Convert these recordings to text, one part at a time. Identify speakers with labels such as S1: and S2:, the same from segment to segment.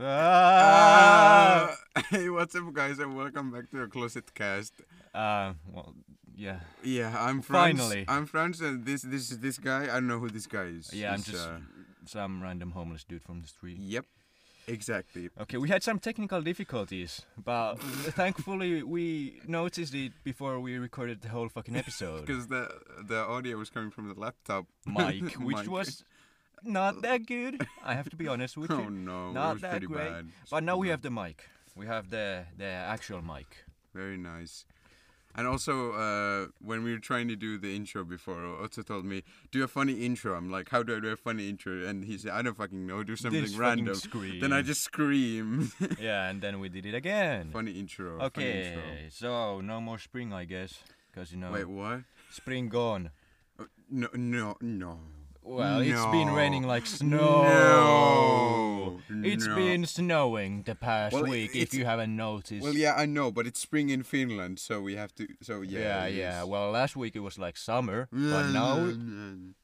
S1: Ah!
S2: Uh, hey, what's up, guys, and welcome back to the Closet Cast.
S1: Uh, well, yeah.
S2: Yeah, I'm Franz.
S1: Finally.
S2: I'm Franz, and this this is this guy. I don't know who this guy is.
S1: Yeah, I'm
S2: He's,
S1: just
S2: uh,
S1: some random homeless dude from the street.
S2: yep, exactly.
S1: Okay, we had some technical difficulties, but thankfully we noticed it before we recorded the whole fucking episode.
S2: Because the the audio was coming from the laptop.
S1: Mike, which
S2: Mic.
S1: was not that good. I have to be honest with
S2: Oh
S1: you.
S2: no,
S1: Not
S2: it was
S1: that
S2: pretty
S1: great,
S2: bad.
S1: But now we have the mic. We have the the actual mic.
S2: Very nice. And also, uh, when we were trying to do the intro before, Otto told me, "Do a funny intro." I'm like, "How do I do a funny intro?" And he said, "I don't fucking know. Do something
S1: This fucking
S2: random."
S1: Scream.
S2: Then I just scream.
S1: yeah, and then we did it again.
S2: funny intro. Funny intro.
S1: Okay, so no more spring, I guess, because you know
S2: Wait, what?
S1: spring gone.
S2: No, no, no.
S1: Well, it's been
S2: No.
S1: raining like snow.
S2: No.
S1: It's
S2: No.
S1: been snowing the past
S2: Well, i-
S1: week, if
S2: it's-
S1: you haven't noticed.
S2: Well, yeah, I know, but it's spring in Finland, so we have to. So yeah.
S1: yeah,
S2: it
S1: yeah.
S2: is.
S1: Well, last week it was like summer, but now,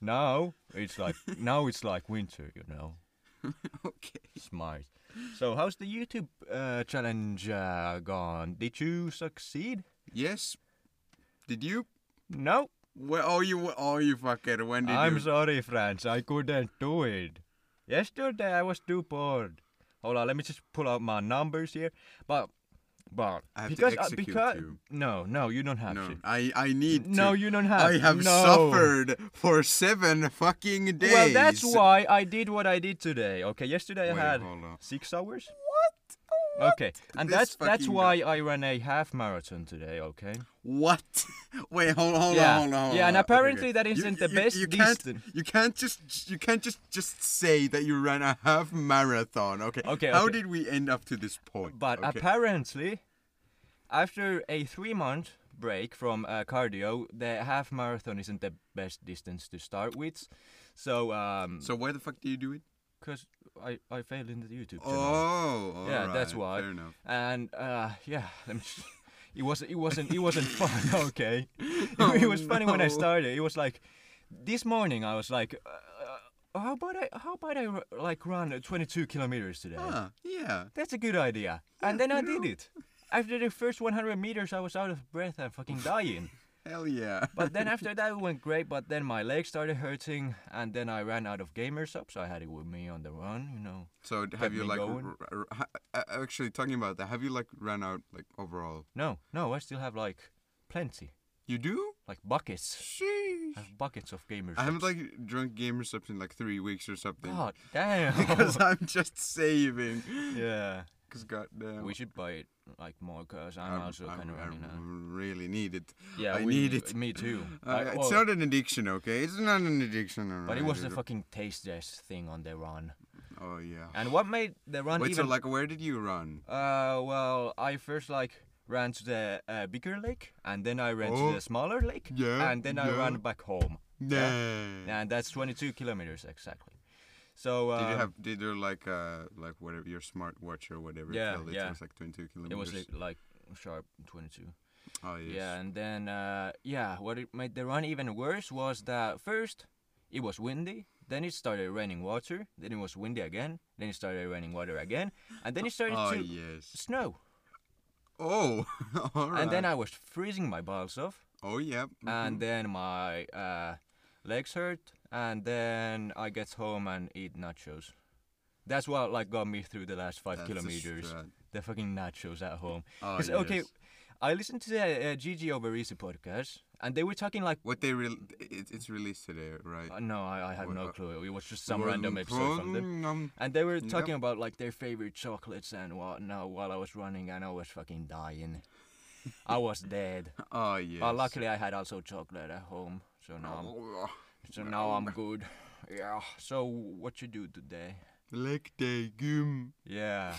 S1: now it's like now it's like winter. You know,
S2: okay.
S1: smart. So, how's the YouTube uh, challenge uh, gone? Did you succeed?
S2: Yes. Did you?
S1: No,
S2: Well, oh, you, oh, you fucker. When did
S1: I'm
S2: you?
S1: sorry, friends. I couldn't do it. Yesterday I was too bored. Hold on, let me just pull out my numbers here. But, but
S2: I have to
S1: because uh,
S2: execute
S1: because
S2: you.
S1: no, no, you don't have
S2: no,
S1: to.
S2: I, I need.
S1: No,
S2: to.
S1: you don't have.
S2: I have
S1: no.
S2: suffered for seven fucking days.
S1: Well, that's why I did what I did today. Okay, yesterday
S2: Wait,
S1: I had
S2: hold on.
S1: six hours.
S2: What?
S1: Okay, and
S2: This
S1: that's that's
S2: fucking
S1: why I ran a half marathon today. Okay.
S2: What? Wait, hold, hold
S1: Yeah.
S2: on, hold on, hold on.
S1: Yeah, and
S2: hold on. Okay,
S1: apparently
S2: okay.
S1: that
S2: You-
S1: isn't the
S2: you,
S1: best
S2: You can't,
S1: distance.
S2: you can't just, you can't just, just say that you ran a half marathon. Okay.
S1: Okay,
S2: How
S1: okay.
S2: did we end up to this point?
S1: But
S2: okay.
S1: apparently, after a three month break from uh, cardio, the half marathon isn't the best distance to start with. So, um,
S2: So why the fuck do you do it?
S1: because I, I failed in the YouTube channel.
S2: Oh. all
S1: yeah, that's
S2: right,
S1: why.
S2: Fair enough.
S1: And uh, yeah, let me just- it was it wasn't it wasn't fun. Okay, it, it was funny when I
S2: Oh, no.
S1: started. It was like this morning I was like, uh, how about I how about I r- like run uh, 22 kilometers today?
S2: Ah, yeah.
S1: That's a good idea. And then I did it. After the first 100 meters, I was out of breath and fucking dying.
S2: Hell yeah.
S1: But then after that, it went great. But then my legs started hurting, and then I ran out of gamers up, so I had it with me on the run, you know.
S2: So d- have you
S1: me
S2: like
S1: going.
S2: r- r- ha- a- actually talking about that? Have you like ran out like overall?
S1: No, no, I still have like plenty,
S2: You do?
S1: like buckets.
S2: Sheesh.
S1: I have buckets of gamers.
S2: I haven't
S1: ups.
S2: like drunk gamers up in like three weeks or something.
S1: God damn.
S2: Because I'm just saving.
S1: yeah.
S2: Because goddamn.
S1: We should buy it like more, cause I'm
S2: I'm-
S1: also
S2: I'm-
S1: kind of
S2: I
S1: running out.
S2: really need it.
S1: Yeah,
S2: I
S1: we,
S2: need it.
S1: Me too.
S2: Uh,
S1: I-
S2: it's
S1: well,
S2: not an addiction, okay? It's not an addiction.
S1: but it
S2: alright,
S1: was the
S2: it-
S1: fucking taste test thing on the run.
S2: Oh yeah.
S1: And what made the run
S2: Wait,
S1: even
S2: so like, where did you run?
S1: Uh, well, I first like ran to the uh, bigger lake, and then I ran
S2: Oh.
S1: to the smaller lake,
S2: Yeah,
S1: and then I
S2: yeah.
S1: ran back home.
S2: Nah.
S1: And that's 22 kilometers exactly. So uh,
S2: Did you have? Did you like uh like whatever your smartwatch or whatever?
S1: Yeah,
S2: tell it
S1: yeah.
S2: was like 22 kilometers.
S1: it was like, like sharp 22.
S2: oh yes.
S1: Yeah, and then uh, yeah, what it made the run even worse was that first it was windy, then it started raining water, then it was windy again, then it started raining water again, and then it started
S2: Oh
S1: to
S2: yes.
S1: snow,
S2: Oh. all right.
S1: and then I was freezing my balls off.
S2: Oh yeah.
S1: and then my uh, legs hurt, and then I get home and eat nachos. That's what like got me through the last five
S2: That's a
S1: kilometers.
S2: strat.
S1: The fucking nachos at home.
S2: Oh,
S1: 'Cause, Okay,
S2: yes.
S1: I listened to the uh, Gigi over Easy podcast, and they were talking like.
S2: What they re- it, it's released today, right? mm,
S1: Uh, no, I, I have
S2: What-
S1: no
S2: uh,
S1: clue. It was just some random episode from them.
S2: Um,
S1: And they were
S2: Yep.
S1: talking about like their favorite chocolates and whatnot while I was running, and I was fucking dying. I was dead.
S2: Oh yes.
S1: But luckily, I had also chocolate at home, so now I'm
S2: Oh,
S1: So now I'm good. Yeah. So what you do today?
S2: leg day gym.
S1: Yeah.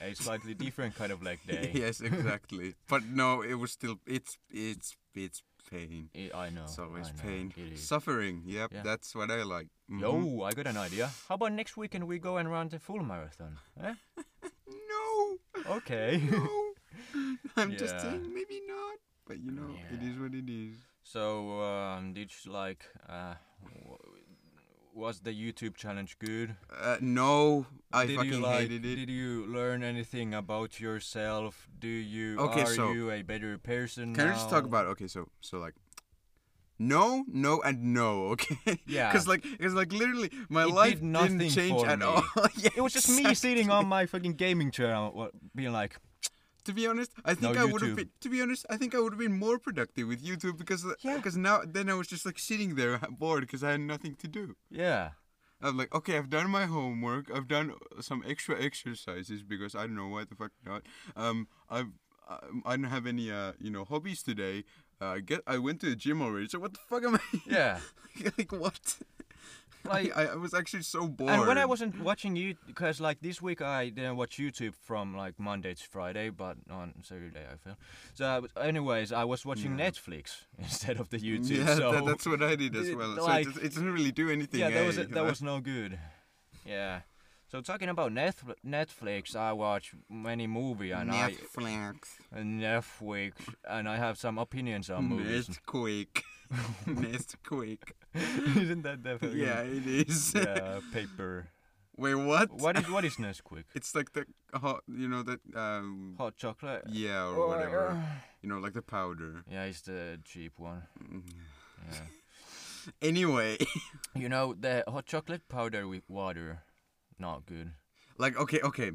S1: a slightly different kind of leg day.
S2: Yes, exactly. but no, it was still it's it's it's pain.
S1: I- I know.
S2: It's
S1: Oh, I
S2: always
S1: know,
S2: pain.
S1: It is.
S2: Suffering. Yep,
S1: Yeah.
S2: that's what I like. Mhm.
S1: Yo, I got an idea. How about next weekend we go and run the full marathon? Eh?
S2: No.
S1: Okay.
S2: No. I'm just
S1: Yeah.
S2: saying maybe not. But you know, it
S1: Yeah.
S2: is what it is.
S1: so um, did you like uh, w- was the YouTube challenge good?
S2: Uh, no, I
S1: did you
S2: fucking
S1: like,
S2: hated it.
S1: Did you learn anything about yourself? Do you
S2: Okay,
S1: are
S2: so-
S1: you a better person?
S2: Can I just talk
S1: now?
S2: about okay, so so like no, no, and no, okay?
S1: Yeah.
S2: Because like, because like, literally, my
S1: It
S2: life
S1: did nothing
S2: didn't change
S1: for
S2: at
S1: me.
S2: all. yeah,
S1: It was just me sitting on my fucking gaming chair, and wa- being like,
S2: To be honest, I think I would have
S1: YouTube.
S2: been. To be honest, I think I would have been more productive with YouTube because
S1: Yeah.
S2: because now then I was just like sitting there bored because I had nothing to do.
S1: yeah,
S2: I'm like, okay, I've done my homework. I've done uh, some extra exercises because I don't know why the fuck not. Um, I've I- I don't have any uh you know hobbies today. Uh, I get I went to the gym already. So what the fuck am I?
S1: yeah.
S2: like what?
S1: Like-
S2: I, I was actually so bored.
S1: And when I wasn't watching you, because like this week I didn't watch YouTube from like Monday to Friday, but on Saturday I feel. So, I was- anyways, I was watching Netflix instead of the YouTube.
S2: yeah,
S1: so
S2: that, that's what I did as
S1: it-
S2: well. so it,
S1: like-
S2: does- it doesn't really do anything.
S1: yeah, that was
S2: eh?
S1: that was no good. Yeah. So talking about Netf- Netflix, I watch many movie and I
S2: Netflix.
S1: Netflix and I have some opinions on movies.
S2: Nestquake. Nestquake.
S1: Isn't that the fucking-
S2: Yeah, it is.
S1: yeah, paper?
S2: Wait, what?
S1: What is what is Nesquik?
S2: It's like the hot, you know that um
S1: Hot chocolate.
S2: yeah or
S1: Or,
S2: whatever.
S1: uh,
S2: You know, like the powder.
S1: Yeah, it's the cheap one. Yeah.
S2: Anyway,
S1: You know, the hot chocolate powder with water, not good.
S2: like okay, okay.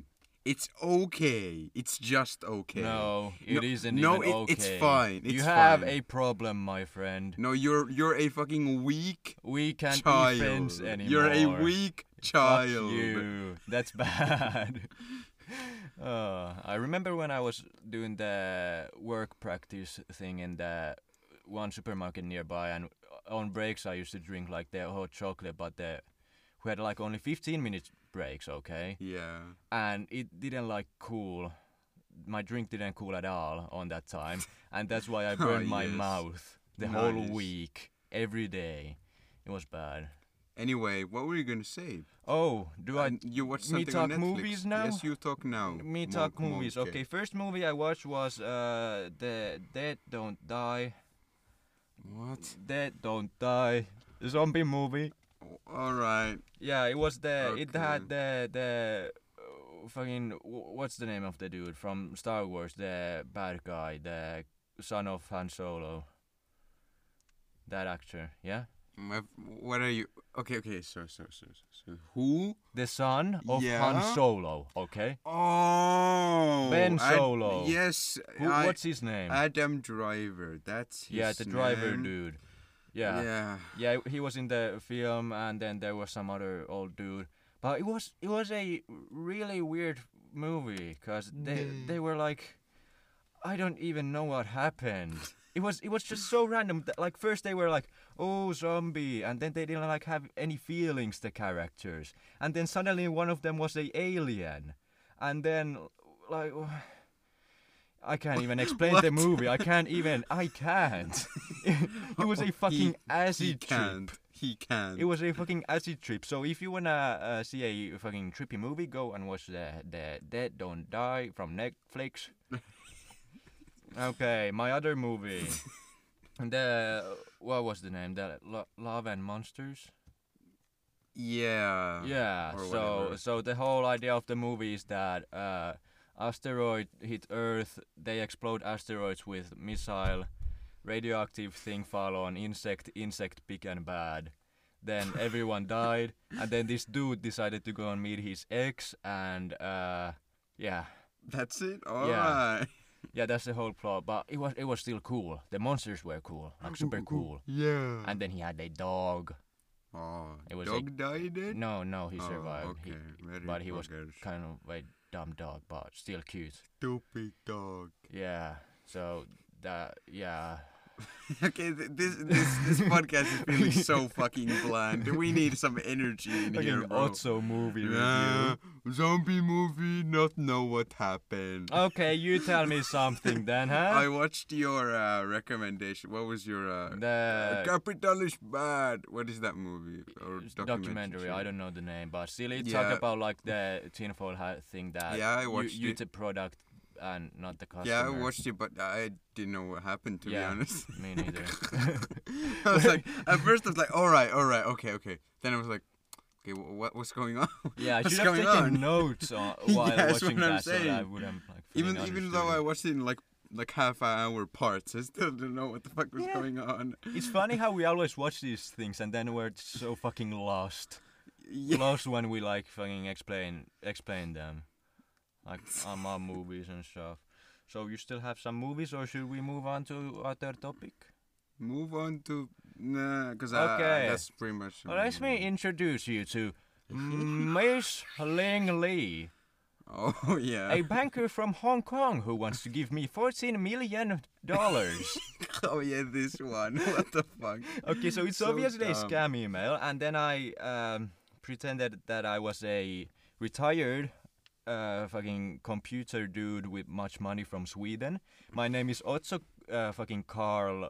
S2: It's okay. It's just okay.
S1: No,
S2: No-
S1: it isn't
S2: no,
S1: even
S2: it-
S1: okay.
S2: it's fine,
S1: you
S2: it's
S1: have
S2: fine.
S1: a problem, my friend.
S2: No, you're you're a fucking weak
S1: We can't be
S2: child.
S1: friends anymore.
S2: You're a weak
S1: Fuck
S2: child.
S1: you. That's bad. Uh, I remember when I was doing the work practice thing in the one supermarket nearby, and on breaks I used to drink like the hot chocolate, but the we had like only 15 minutes breaks, okay?
S2: Yeah.
S1: and it didn't like cool. My drink didn't cool at all on that time, and that's why I
S2: Oh,
S1: burned my
S2: yes.
S1: mouth the whole
S2: Nice.
S1: week, every day. It was bad.
S2: Anyway, what were you gonna say?
S1: Oh, do I
S2: And you
S1: me
S2: watch something on
S1: talk
S2: Netflix.
S1: movies now?
S2: Yes, you talk now.
S1: me
S2: Monk-
S1: talk movies.
S2: Monkey.
S1: Okay, first movie I watched was uh, the Dead Don't Die.
S2: What?
S1: Dead Don't Die, the zombie movie.
S2: All right.
S1: Yeah, it was the it
S2: Okay.
S1: had the the uh, fucking wh- what's the name of the dude from Star Wars, the bad guy, the son of Han Solo. That actor, yeah,
S2: My, what are you? Okay, okay. So, so, so, so, so who?
S1: the son of
S2: Yeah?
S1: Han Solo. Okay,
S2: Oh,
S1: Ben
S2: Ad-
S1: Solo.
S2: yes.
S1: Who,
S2: I-
S1: what's his name?
S2: Adam Driver. That's his
S1: yeah, the driver
S2: name.
S1: dude. Yeah. yeah,
S2: Yeah.
S1: he was in the film, and then there was some other old dude. But it was it was a really weird movie because they they were like, I don't even know what happened. It was it was just so random. that, Like first they were like, oh zombie, and then they didn't like have any feelings the characters, and then suddenly one of them was a alien, and then like. oh, I can't even explain the
S2: What?
S1: movie. I can't even. I can't. it was a fucking
S2: He
S1: acid trip.
S2: can't. He can't.
S1: It was a fucking acid trip. So if you wanna uh, see a fucking trippy movie, go and watch the the Dead Don't Die from Netflix. okay, my other movie, the what was the name? The Lo- Love and Monsters.
S2: Yeah.
S1: Yeah.
S2: or
S1: So
S2: whatever.
S1: so the whole idea of the movie is that uh, asteroid hit Earth. They explode asteroids with missile, radioactive thing fall on insect. Insect big and bad. Then everyone died, and then this dude decided to go and meet his ex, and uh, yeah,
S2: That's it. All right.
S1: Yeah. yeah, that's the whole plot. But it was it was still cool. The monsters were cool, like super cool.
S2: Yeah.
S1: And then he had a dog.
S2: oh,
S1: it was a-
S2: dog died. It?
S1: No, no, he
S2: Oh,
S1: survived.
S2: okay.
S1: He-
S2: Very
S1: but he was
S2: fuckers.
S1: kind of a dumb dog, but still cute.
S2: Stupid dog.
S1: Yeah. So that yeah.
S2: Okay, th- this this this podcast is feeling so fucking bland. We need some energy in here, bro.
S1: movie
S2: Yeah, zombie movie. Not know what happened.
S1: Okay, you tell me something then, huh?
S2: I watched your uh, recommendation. What was your uh, uh,
S1: the
S2: Capital is bad? What is that movie or
S1: documentary, I
S2: shit?
S1: don't know the name, but still it
S2: Yeah.
S1: talk about like the tinfoil hat thing that
S2: Yeah, I
S1: you-
S2: watched
S1: you,
S2: it.
S1: the product and not the customer.
S2: Yeah, I watched it, but I didn't know what happened to
S1: Yeah,
S2: be honest.
S1: me neither.
S2: I was like, at first I was like, all right, all right, okay, okay. Then I was like, okay, wh- what what's going on?
S1: Yeah, I
S2: what's
S1: should have
S2: going
S1: taken
S2: on?
S1: notes on, while
S2: Yeah, that's
S1: watching
S2: what I'm
S1: that, so that I
S2: saying.
S1: wouldn't like.
S2: even
S1: fully
S2: even though I
S1: understood.
S2: watched it in like like half an hour parts, I still didn't know what the fuck was
S1: Yeah.
S2: going on.
S1: It's funny how we always watch these things and then we're so fucking lost.
S2: Yeah.
S1: Lost when we like fucking explain explain them, like on our movies and stuff. So you still have some movies, or should we move on to other topic?
S2: Move on to nah, because
S1: Okay.
S2: that's pretty much.
S1: Well, let me introduce you to Miss Ling Lee,
S2: Oh yeah.
S1: a banker from Hong Kong who wants to give me fourteen million dollars.
S2: oh yeah, this one. What the fuck?
S1: Okay, so it's
S2: So
S1: obviously a
S2: dumb.
S1: scam email, and then I um, pretended that I was a retired uh, fucking computer dude with much money from Sweden. My name is Otso uh, fucking Carl,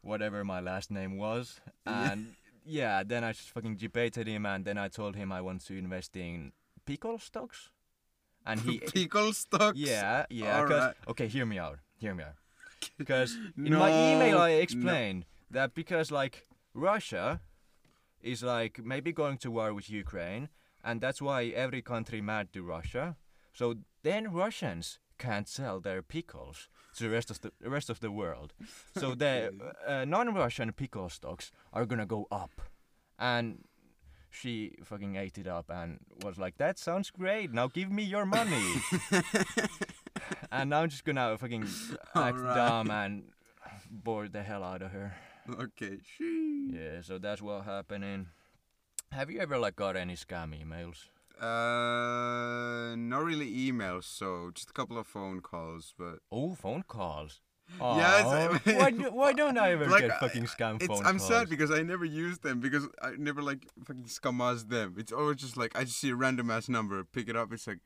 S1: whatever my last name was, and yeah, then I just fucking debated him, and then I told him I want to invest in pickle stocks, and he.
S2: Pickle stocks.
S1: Yeah, yeah. 'cause-
S2: Alright.
S1: okay, hear me out. Hear me out. Because in my email,
S2: No,
S1: I
S2: no.
S1: explained that because like Russia is like maybe going to war with Ukraine, and that's why every country mad to Russia. So then Russians can't sell their pickles to the rest of the rest of the world. So the uh, non-Russian pickle stocks are gonna go up, and. She fucking ate it up and was like, "That sounds great. Now give me your money." and now I'm just gonna fucking act
S2: Alright.
S1: dumb and bore the hell out of her.
S2: Okay. Sheesh.
S1: Yeah, so that's what happening. Have you ever like got any scam emails?
S2: Uh, not really emails, so just a couple of phone calls, but
S1: Oh, phone calls. Oh,
S2: Yes, I
S1: why,
S2: mean-
S1: do, why don't I ever
S2: Like,
S1: get
S2: I-
S1: fucking scam
S2: it's,
S1: phone
S2: I'm
S1: calls?
S2: sad because I never use them because I never like fucking scamaz them. It's always just like I just see a random ass number, pick it up. It's like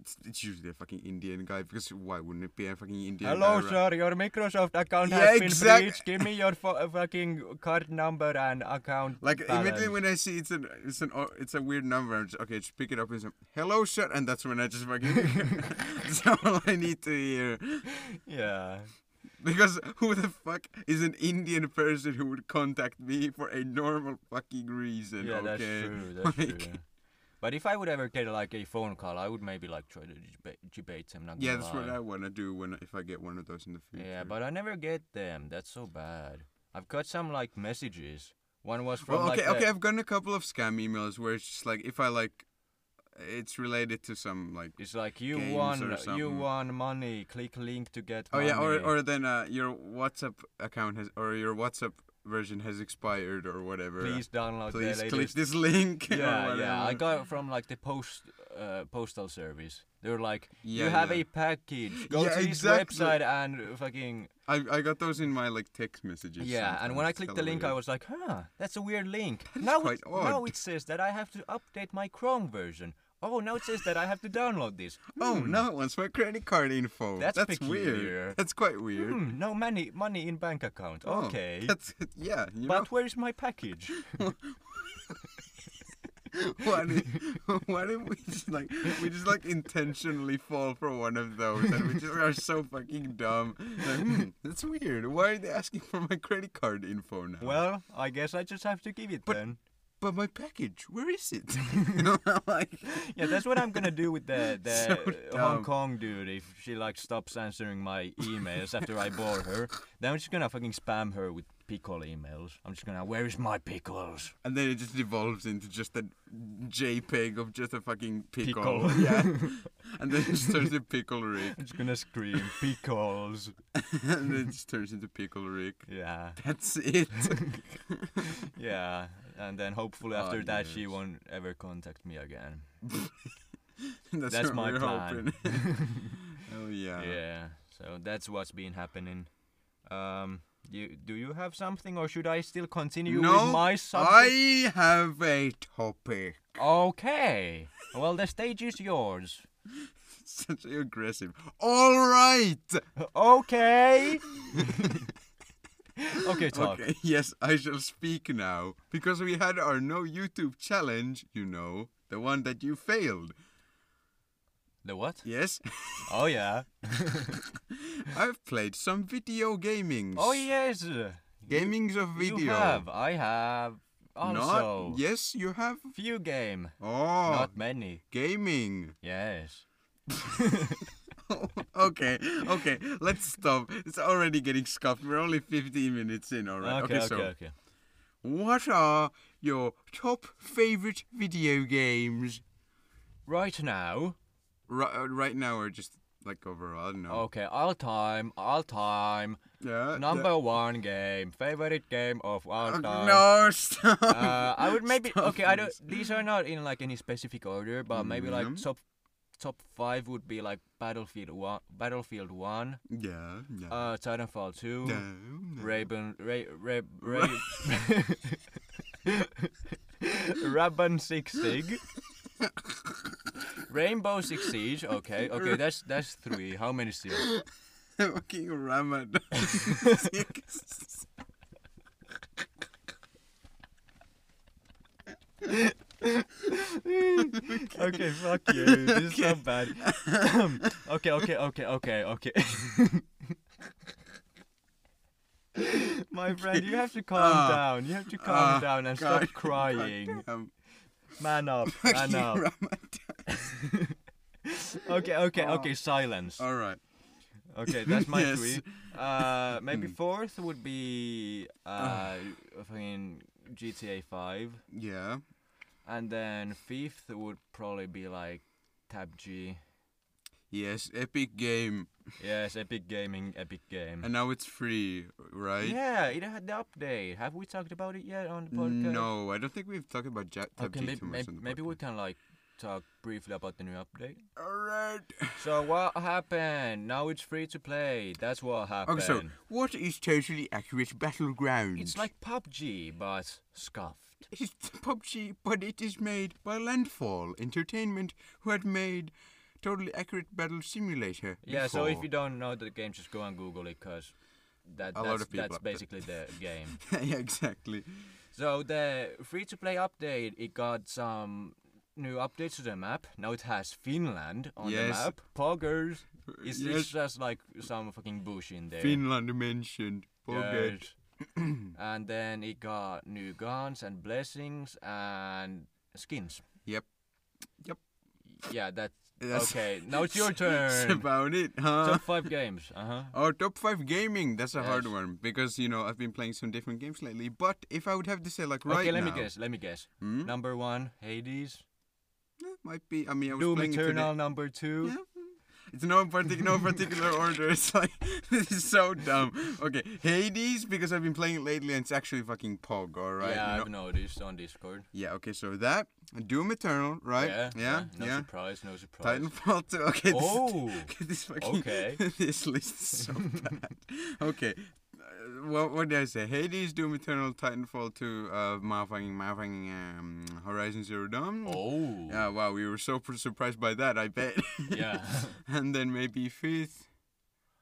S2: it's, it's usually a fucking Indian guy because why wouldn't it be a fucking Indian guy?
S1: Hello,
S2: ra-
S1: sir. Your Microsoft account
S2: Yeah,
S1: has been
S2: exact-
S1: breached. Give me your fo- fucking card number and account.
S2: Like immediately
S1: balance."
S2: when I see it's an it's an o- it's a weird number, I'm just okay. Just pick it up and say hello, sir, and that's when I just fucking that's all I need to hear
S1: Yeah.
S2: because who the fuck is an Indian person who would contact me for a normal fucking reason?
S1: Yeah,
S2: okay?
S1: that's true. That's
S2: Like-
S1: true. But if I would ever get like a phone call, I would maybe like try to deba- debate him. Not
S2: Yeah,
S1: gonna
S2: that's what
S1: lie.
S2: I want to do when if I get one of those in the future.
S1: Yeah, but I never get them. That's so bad. I've got some like messages. One was from
S2: well, okay,
S1: like
S2: okay,
S1: the-
S2: I've gotten a couple of scam emails where it's just like if I like, it's related to some like.
S1: it's like you
S2: games or
S1: won, you
S2: something.
S1: won money. Click link to get.
S2: Oh
S1: money.
S2: yeah, or or then uh, your WhatsApp account has or your WhatsApp version has expired or whatever.
S1: please download
S2: Please
S1: the
S2: click
S1: latest.
S2: this link. or
S1: yeah, yeah. I
S2: whatever.
S1: got it from like the post uh, postal service. They were like, you
S2: Yeah,
S1: have
S2: yeah.
S1: a package. Go
S2: Yeah,
S1: to
S2: exactly.
S1: this website and fucking
S2: I, I got those in my like text messages.
S1: Yeah, and when I
S2: sometimes.
S1: clicked the
S2: Hella
S1: link, I
S2: weird.
S1: was like, huh, that's a weird link. now,
S2: quite
S1: it, now
S2: odd.
S1: it says that I have to update my Chrome version. Oh, now it says that I have to download this.
S2: Oh no! it wants my credit card info.
S1: "Hmm." That's peculiar.
S2: weird. That's quite weird.
S1: Hmm, no money, money in bank account.
S2: Oh,
S1: okay.
S2: That's yeah. You know?
S1: but where is my package?
S2: Why did, why did we just like we just like intentionally fall for one of those and we just are so fucking dumb. Like, hmm, that's weird. Why are they asking for my credit card info now?
S1: well, I guess I just have to give it then.
S2: but my package, where is it? You know, like,
S1: Yeah, that's what I'm gonna do with the, the
S2: So
S1: uh, Hong
S2: dumb.
S1: Kong dude if she like stops answering my emails after I bore her. Then I'm just gonna fucking spam her with pickle emails. I'm just gonna where is my pickles?
S2: and then it just devolves into just a JPEG of just a fucking pickle.
S1: Pickle.
S2: Yeah. and then it just turns into pickle Rick,
S1: I'm just gonna scream pickles.
S2: and then it just turns into pickle Rick.
S1: Yeah,
S2: That's it.
S1: yeah. And then hopefully
S2: Ah,
S1: after that she
S2: yes.
S1: won't ever contact me again.
S2: that's
S1: That's
S2: what
S1: my
S2: we're
S1: plan.
S2: hoping. oh yeah.
S1: yeah. So that's what's been happening. Um, you do you have something, or should I still continue with my subject?
S2: I have a topic.
S1: Okay. Well, the stage is yours.
S2: Such aggressive. All right.
S1: okay. okay, talk.
S2: Okay. Yes, I shall speak now because we had our no YouTube challenge. You know, the one that you failed.
S1: The what?
S2: Yes,
S1: Oh yeah.
S2: I've played some video gamings.
S1: Oh yes.
S2: Gamings of video.
S1: You have. I have. Also.
S2: Not, yes, you have.
S1: Few game.
S2: Oh,
S1: Not many.
S2: gaming.
S1: Yes.
S2: okay, okay, let's stop. It's already getting scuffed. We're only 15 minutes in, alright?
S1: Okay. Okay.
S2: so
S1: okay.
S2: what are your top favorite video games
S1: Right now.
S2: Ri- uh, right now or just like overall? I don't know.
S1: Okay. All time. All time.
S2: yeah,
S1: Number one game. Favorite game of all
S2: yeah.
S1: time.
S2: Uh, No, stop.
S1: Uh, I would maybe
S2: Stop
S1: okay. I don't.
S2: this.
S1: These are not in like any specific order, but maybe like
S2: Mhm.
S1: top top five would be like Battlefield One, Battlefield One,
S2: Yeah, yeah.
S1: uh, Titanfall Two,
S2: no, no.
S1: Raven, Ray, Ray, Ray, Rainbow Six Siege, Rainbow Six Siege. Okay, okay, that's that's three. How many still?
S2: Fucking Ramadan.
S1: okay, fuck you. This is so bad. okay, okay, okay, okay, okay. My friend, you have to calm
S2: Ah.
S1: down. You have to calm
S2: Ah,
S1: down and
S2: God-
S1: stop crying.
S2: Goddamn.
S1: Man up, man
S2: Fucking
S1: up.
S2: Ramadan.
S1: Okay, okay,
S2: Ah.
S1: okay. Silence.
S2: All right.
S1: Okay, that's my
S2: Yes.
S1: three. Uh, maybe
S2: Hmm.
S1: fourth would be
S2: Ah.
S1: uh, fucking GTA Five,
S2: Yeah.
S1: and then fifth would probably be like Tab G.
S2: Yes, epic game.
S1: Yes, Epic Gaming, Epic Game.
S2: And now it's free, right?
S1: Hmm. Yeah, it had the update. Have we talked about it yet on the podcast?
S2: No, I don't think we've talked about Jet
S1: Okay,
S2: Tab G
S1: maybe,
S2: too much
S1: maybe,
S2: on the
S1: maybe we can like talk briefly about the new update.
S2: Alright.
S1: So what happened? Now it's free to play. That's what happened.
S2: Okay, so Mm. what is totally accurate battleground?
S1: it's like PUBG but scuffed.
S2: it's PUBG, but it is made by Landfall Entertainment, who had made Totally Accurate Battle Simulator.
S1: Yeah. So if
S2: before.
S1: you don't know the game, just go and Google it, cause that,
S2: A lot
S1: that's,
S2: of people
S1: that's
S2: update.
S1: basically the game.
S2: yeah, exactly.
S1: So the free to play update, it got some new updates to the map. Now it has Finland on the
S2: Yes.
S1: map. Poggers. It's, it's
S2: Yes.
S1: just like some fucking bush in there.
S2: Finland mentioned. Okay.
S1: Yes. and then it got new guns and blessings and skins.
S2: Yep. Yep.
S1: Yeah, that's,
S2: That's-
S1: okay. Now it's your
S2: That's
S1: turn.
S2: about it, huh?
S1: Top five games. Uh huh.
S2: Oh, top five gaming. That's a hard
S1: Yes.
S2: one because you know I've been playing some different games lately. But if I would have to say, like right
S1: okay, let
S2: now,
S1: me guess. Let me guess.
S2: Hmm?
S1: Number one, Hades.
S2: Eh, might be. I mean, I was
S1: Doom
S2: playing
S1: Eternal.
S2: it
S1: Number two.
S2: today. Yeah. It's no particular no particular order. It's like this is so dumb. Okay, Hades because I've been playing it lately and it's actually fucking Pog. All right.
S1: yeah
S2: you
S1: I've
S2: know?
S1: noticed on Discord.
S2: yeah. Okay, so that Doom Eternal, right?
S1: Yeah.
S2: Yeah.
S1: No
S2: yeah.
S1: surprise. No surprise.
S2: Titanfall 2. Okay. This,
S1: Oh,
S2: this fucking,
S1: okay.
S2: this list is so bad. Okay. Uh, what, what did I say? Hades, Doom Eternal, Titanfall 2, uh, Malfanging, Malfanging, um, Horizon Zero Dawn.
S1: Oh.
S2: Yeah, wow, we were so pr- surprised by that, I bet.
S1: Yeah.
S2: and then maybe fifth.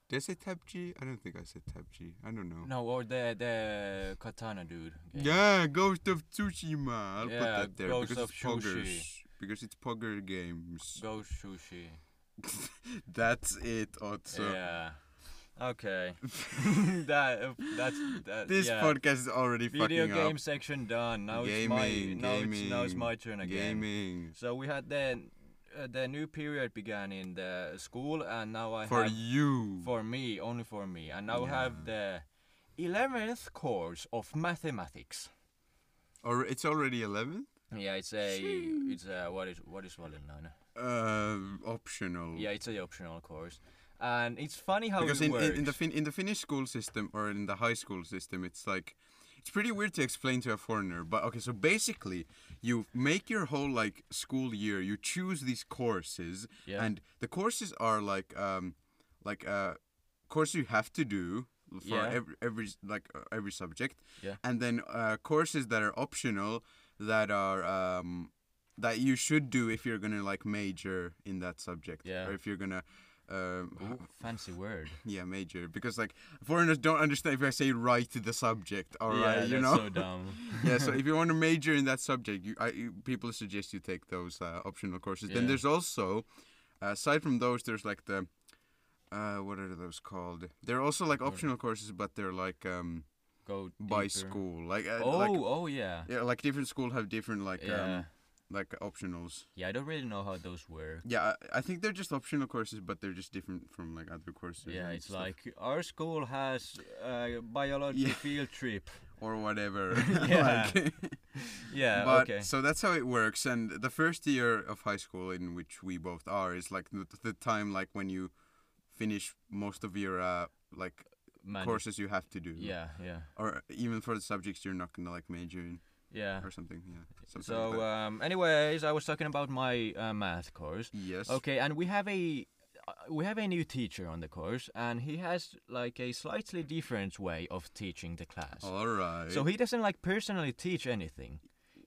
S2: Did I say Tab G? I don't think I said Tab G. I don't know.
S1: No, or the the katana dude. game.
S2: Yeah, Ghost of Tsushima. I'll
S1: Yeah,
S2: put that there
S1: Ghost
S2: because
S1: of
S2: it's poggers.
S1: Sushi.
S2: Because it's pogger games.
S1: Go sushi.
S2: That's it, Otso.
S1: Yeah. Okay. that uh, that's that.
S2: This
S1: yeah.
S2: podcast is already
S1: video
S2: fucking
S1: game
S2: up.
S1: section done. Now
S2: gaming,
S1: it's my now
S2: gaming,
S1: it's now it's my turn again.
S2: Gaming.
S1: So we had the uh, the new period began in the school, and now I
S2: For
S1: have
S2: you.
S1: for me only for me, and now I have the eleventh course of mathematics.
S2: or it's already 11?
S1: Yeah, it's a it's a what is what is Valinline?
S2: Uh, optional.
S1: Yeah, it's a optional course, and it's funny how
S2: because
S1: it
S2: in,
S1: works.
S2: in, in the fin- in the Finnish school system or in the high school system, it's like it's pretty weird to explain to a foreigner. But okay, so basically, you make your whole like school year. You choose these courses,
S1: Yeah.
S2: and the courses are like um, like uh, course you have to do for
S1: Yeah.
S2: every every s- like uh, every subject.
S1: Yeah.
S2: And then uh, courses that are optional that are um, that you should do if you're gonna like major in that subject
S1: Yeah.
S2: or if you're gonna. Um, h-
S1: Ooh, fancy word.
S2: yeah, major. Because like foreigners don't understand if I say right to the subject. All right, you know.
S1: so dumb.
S2: yeah, so if you want to major in that subject, you, I, you people suggest you take those uh, optional courses. Then
S1: Yeah.
S2: there's also uh, aside from those, there's like the, uh, what are those called? They're also like
S1: Yeah.
S2: optional courses, but they're like um
S1: Go
S2: by
S1: deeper.
S2: school, like uh,
S1: Oh,
S2: like
S1: oh yeah.
S2: yeah, like different school have different like
S1: yeah.
S2: um like optionals.
S1: yeah, I don't really know how those work.
S2: Yeah, I, I think they're just optional courses, but they're just different from like other courses.
S1: Yeah,
S2: and
S1: it's
S2: stuff.
S1: like our school has a biology
S2: Yeah.
S1: field trip.
S2: or whatever.
S1: Yeah.
S2: like,
S1: Yeah,
S2: but
S1: okay.
S2: so that's how it works. And the first year of high school in which we both are is like the, the time like when you finish most of your uh, like
S1: Man,
S2: courses you have to do.
S1: Yeah, yeah,
S2: Or even for the subjects you're not gonna like major in
S1: yeah.
S2: or something. Yeah. Something like
S1: So,
S2: that.
S1: um, anyways, I was talking about my uh, math course.
S2: yes.
S1: Okay, and we have a uh, we have a new teacher on the course, and he has like a slightly different way of teaching the class.
S2: All right.
S1: So he doesn't like personally teach anything.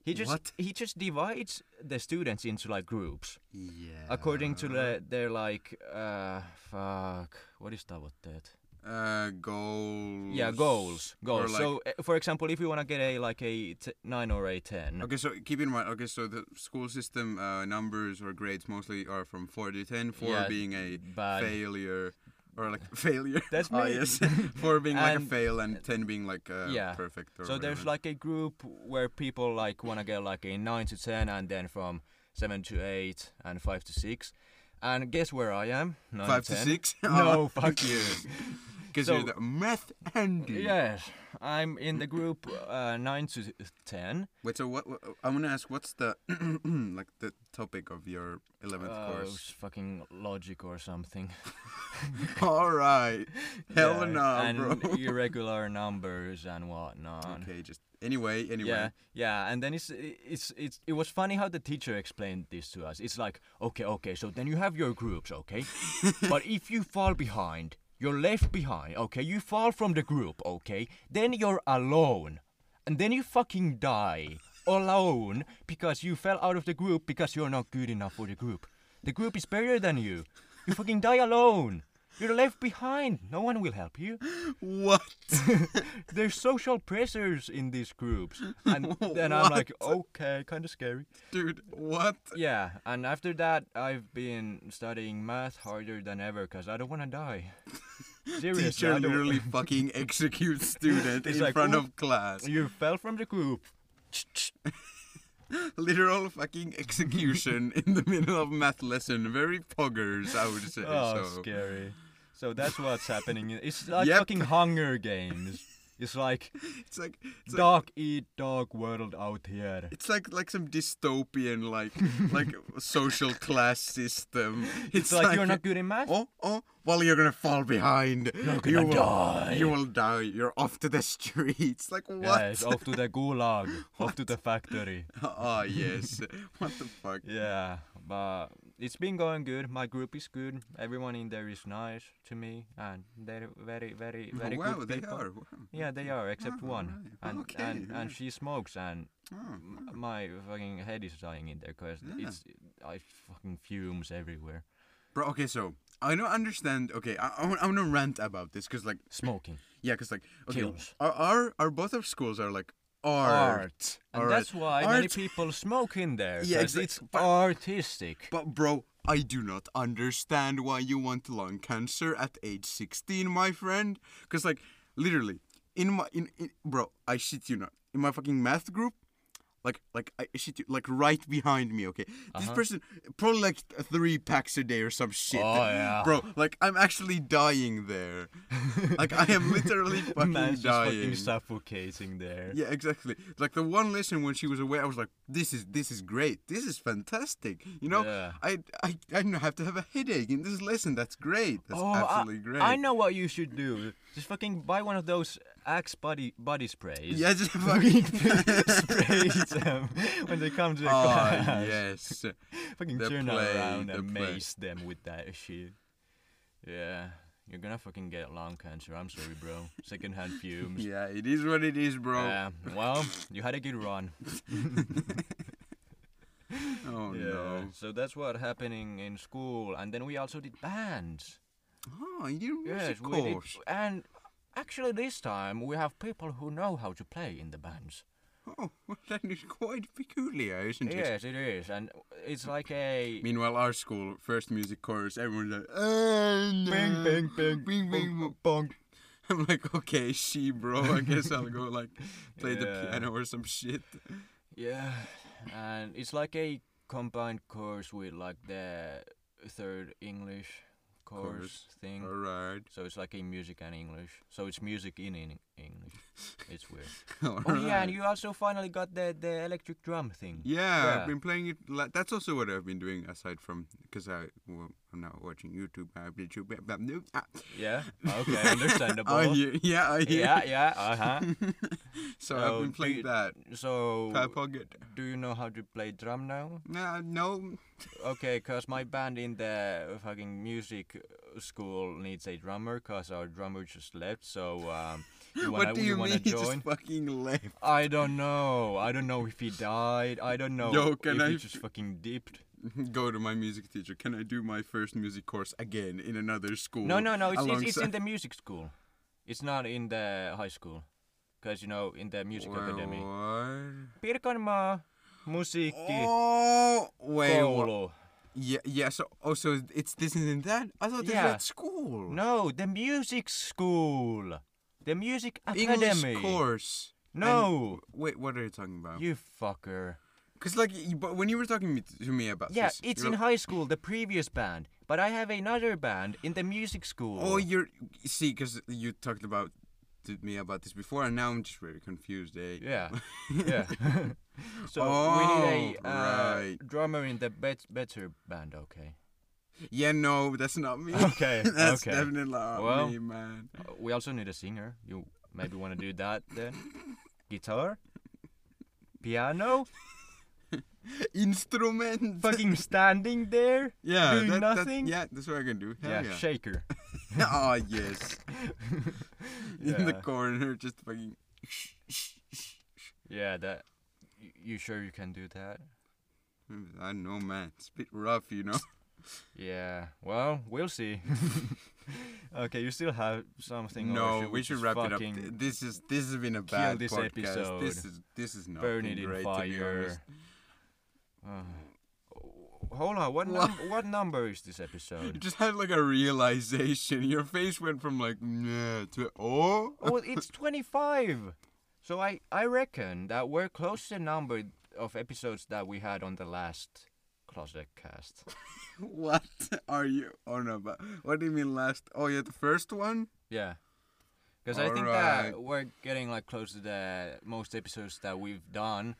S1: He just
S2: What?
S1: he just divides the students into like groups
S2: yeah.
S1: according to the, their like uh fuck what is that what that
S2: uh goals.
S1: yeah goals
S2: or,
S1: goals
S2: like-
S1: so uh, for example if we want to get a like a t- 9 or a 10
S2: Okay, so keep in mind. Okay, so the school system uh, numbers or grades mostly are from four to ten. Four
S1: Yeah,
S2: being a
S1: bad.
S2: failure or like failure.
S1: That's
S2: Ah,
S1: me.
S2: yes. four being like a
S1: And-
S2: fail and ten being like uh,
S1: Yeah.
S2: perfect. Or
S1: so there's
S2: whatever.
S1: like a group where people like want to get like a 9 to 10 and then from 7 to 8 and 5 to 6 and guess where i am 9
S2: five
S1: 10.
S2: to six.
S1: no fuck you
S2: Because
S1: So-
S2: you're the math Andy.
S1: yes i'm in the group uh, 9 to 10
S2: Wait. So what? what I want to ask. What's the like the topic of your eleventh
S1: Uh,
S2: course?
S1: fucking logic or something.
S2: All right. Hell
S1: Yeah,
S2: no,
S1: and
S2: bro.
S1: irregular numbers and whatnot.
S2: Okay. Just anyway. Anyway.
S1: Yeah, yeah, and then it's it's it's it was funny how the teacher explained this to us. It's like, okay, okay, so then you have your groups, okay, but if you fall behind, you're left behind, okay. You fall from the group, okay, then you're alone, and then you fucking die alone because you fell out of the group because you're not good enough for the group. The group is better than you. You fucking die alone. You're left behind. No one will help you
S2: What?
S1: there's social pressures in these groups and then i'm like okay kind of scary
S2: Dude, what?
S1: yeah and after that i've been studying math harder than ever because i don't want to die seriously I
S2: Teacher
S1: don't-
S2: literally fucking executes student
S1: It's
S2: in
S1: like,
S2: front
S1: "Oop."
S2: of class.
S1: you fell from the group
S2: Literal fucking execution in the middle of math lesson. Very poggers, I would say.
S1: oh
S2: so.
S1: scary so that's what's happening it's like
S2: Yep.
S1: fucking hunger games it's like
S2: It's like it's like,
S1: dog eat dog world out here
S2: it's like like some dystopian like like social class system.
S1: it's like, you're not good in math
S2: Oh, oh, well, you're gonna fall behind. You're
S1: gonna die.
S2: You will die. You're off to the streets. Like, what?
S1: yeah, it's off to the gulag off to the factory
S2: oh, yes. what the fuck?
S1: Yeah, but it's been going good. My group is good. Everyone in there is nice to me, and they're very, very, very
S2: wow,
S1: good
S2: they
S1: people.
S2: are. Wow.
S1: Yeah, they are, except
S2: Ah,
S1: one,
S2: alright.
S1: and
S2: Okay,
S1: and, and
S2: yeah.
S1: she smokes, and
S2: Oh,
S1: m- my fucking head is dying in there because
S2: Yeah.
S1: it's I fucking fumes everywhere.
S2: Bro, okay, so I don't understand. Okay, I, I, am gonna rant about this because, like,
S1: Smoking
S2: yeah, because, like, okay,
S1: Kills.
S2: our, our, our both of schools are like art.
S1: and
S2: alright.
S1: that's why many
S2: Art-
S1: people smoke in there.
S2: Yeah,
S1: 'cause
S2: exac-
S1: it's
S2: but-
S1: artistic.
S2: But, bro, I do not understand why you want lung cancer at age 16, my friend. Because, like, literally, in my, in, in, bro, I shit you not. In my fucking math group, like, like, I shit you, like, right behind me, okay?
S1: Uh-huh.
S2: This person, probably like three packs a day or some shit.
S1: Oh, yeah.
S2: Bro, like, I'm actually dying there. like, I am literally fucking
S1: Man's just
S2: dying.
S1: fucking suffocating there.
S2: Yeah, exactly. Like the one lesson when she was away, I was like, "This is this is great. This is fantastic." You know,
S1: Yeah.
S2: I I I don't have to have a headache in this lesson. That's great. That's
S1: Oh, I-
S2: absolutely great.
S1: I know what you should do. Just fucking buy one of those Axe body body sprays.
S2: Yeah, just fucking.
S1: Spray them when they come to the
S2: Ah,
S1: class.
S2: yes.
S1: Fucking
S2: the
S1: turn
S2: play,
S1: around
S2: the
S1: and
S2: play.
S1: mace them with that shit. Yeah, you're gonna fucking get lung cancer. I'm sorry, bro. Secondhand fumes.
S2: Yeah, it is what it is, bro.
S1: Yeah. well, you had a good run.
S2: oh no.
S1: So that's what happening in school, and then we also did bands.
S2: Oh, you did
S1: Yes,
S2: music
S1: we did,
S2: course.
S1: and actually this time we have people who know how to play in the bands.
S2: oh, well, that is quite peculiar, isn't it?
S1: Yes, it is, and it's like a
S2: Meanwhile, our school, first music chorus, everyone's like, "Uh, nah." bing, bing, bong.
S1: bong.
S2: I'm like, okay, she, bro. I guess I'll go like play the
S1: Yeah.
S2: piano or some shit.
S1: Yeah, and it's like a combined course with like the third English course
S2: Course.
S1: thing.
S2: All right,
S1: So it's like a music and English. So it's music in, in English. It's weird.
S2: all
S1: oh yeah,
S2: right.
S1: and you also finally got the the electric drum thing.
S2: Yeah,
S1: Yeah.
S2: I've been playing it. Li- that's also what I've been doing aside from because I well, I'm now watching YouTube. I've been YouTube. but- but- ah.
S1: Yeah. Okay, understandable.
S2: I hear, yeah, I hear.
S1: yeah, yeah, uh huh. So
S2: So I've been
S1: do
S2: playing
S1: you-
S2: that.
S1: So,
S2: Pad Pocket.
S1: do you know how to play drum now?
S2: Nah, no,
S1: Okay, 'cause my band in the fucking music uh, school needs a drummer 'cause our drummer just left. So, um, you wanna,
S2: what do you
S1: wanna
S2: mean? He
S1: join?
S2: just fucking left.
S1: I don't know. I don't know if he died. I don't know
S2: Yo, can
S1: if
S2: I
S1: he
S2: f-
S1: just fucking dipped.
S2: Go to my music teacher. Can I do my first music course again in another school?
S1: No, no, no. It's, it's, it's in
S2: alongside-
S1: the music school. It's not in the high school. 'Cause you know, in the music academy.
S2: What?
S1: Pirkanmaa musiikki
S2: Oh, wait. wha-
S1: koulu.
S2: Yeah, yeah. So, oh, so it's this and then that. I thought this
S1: Yeah.
S2: was at school.
S1: No, the music school. The music academy.
S2: English course. and-
S1: No.
S2: wait, what are you talking about?
S1: You fucker.
S2: Because like, you- but when you were talking me- to me about
S1: Yeah,
S2: this,
S1: it's
S2: you're
S1: in
S2: like,
S1: high school, the previous band, but I have another band in the music school.
S2: Oh, you're see, because you talked about to me about this before, and now I'm just very confused. Eh?
S1: yeah. Yeah. so we need a
S2: Oh,
S1: uh,
S2: right.
S1: drummer in the bet- better band, okay?
S2: Yeah, no, that's not me.
S1: Okay,
S2: that's
S1: okay.
S2: definitely not
S1: Well,
S2: me, man.
S1: Uh, We also need a singer. You maybe want to do that then? Guitar? Piano?
S2: Instrument.
S1: Fucking standing there?
S2: yeah,
S1: doing
S2: that- that-
S1: nothing?
S2: yeah, that's what I can do. Hell
S1: Yeah,
S2: yeah.
S1: shaker.
S2: oh yes. In the
S1: Yeah.
S2: corner, just fucking.
S1: Yeah, that. y- You sure you can do that?
S2: I don't know, man. It's a bit rough, you know.
S1: Yeah. Well, we'll see. okay, you still have something. or
S2: no, we
S1: just
S2: should wrap it up.
S1: fucking
S2: Th- This is this has been a bad
S1: this
S2: podcast.
S1: episode.
S2: This is this is not
S1: Burn it
S2: been
S1: in
S2: great, to be honest.
S1: fire. Uh, hold on. What
S2: What?
S1: num- what number is this
S2: You
S1: episode?
S2: just had like a realization. Your face went from like nah to oh.
S1: oh, it's twenty five. So I I reckon that we're close to the number of episodes that we had on the last closet cast.
S2: What are you on about? What do you mean last? Oh yeah, the first one.
S1: Yeah. Because I think
S2: Alright.
S1: that we're getting like close to the most episodes that we've done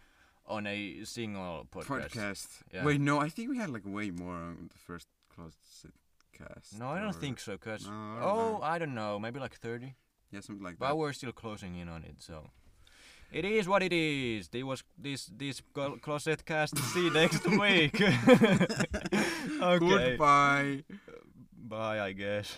S1: on a single podcast.
S2: podcast.
S1: Yeah.
S2: Wait, no, I think we had like way more on the first closet cast.
S1: No, I don't
S2: or-
S1: think so. Cause
S2: No, I don't
S1: oh,
S2: know.
S1: I don't know, maybe like thirty.
S2: yeah, something like
S1: But
S2: that.
S1: we're still closing in on it, so it is what it is. There was this this clo- closet cast. See you next week. okay.
S2: Goodbye.
S1: Bye, I guess.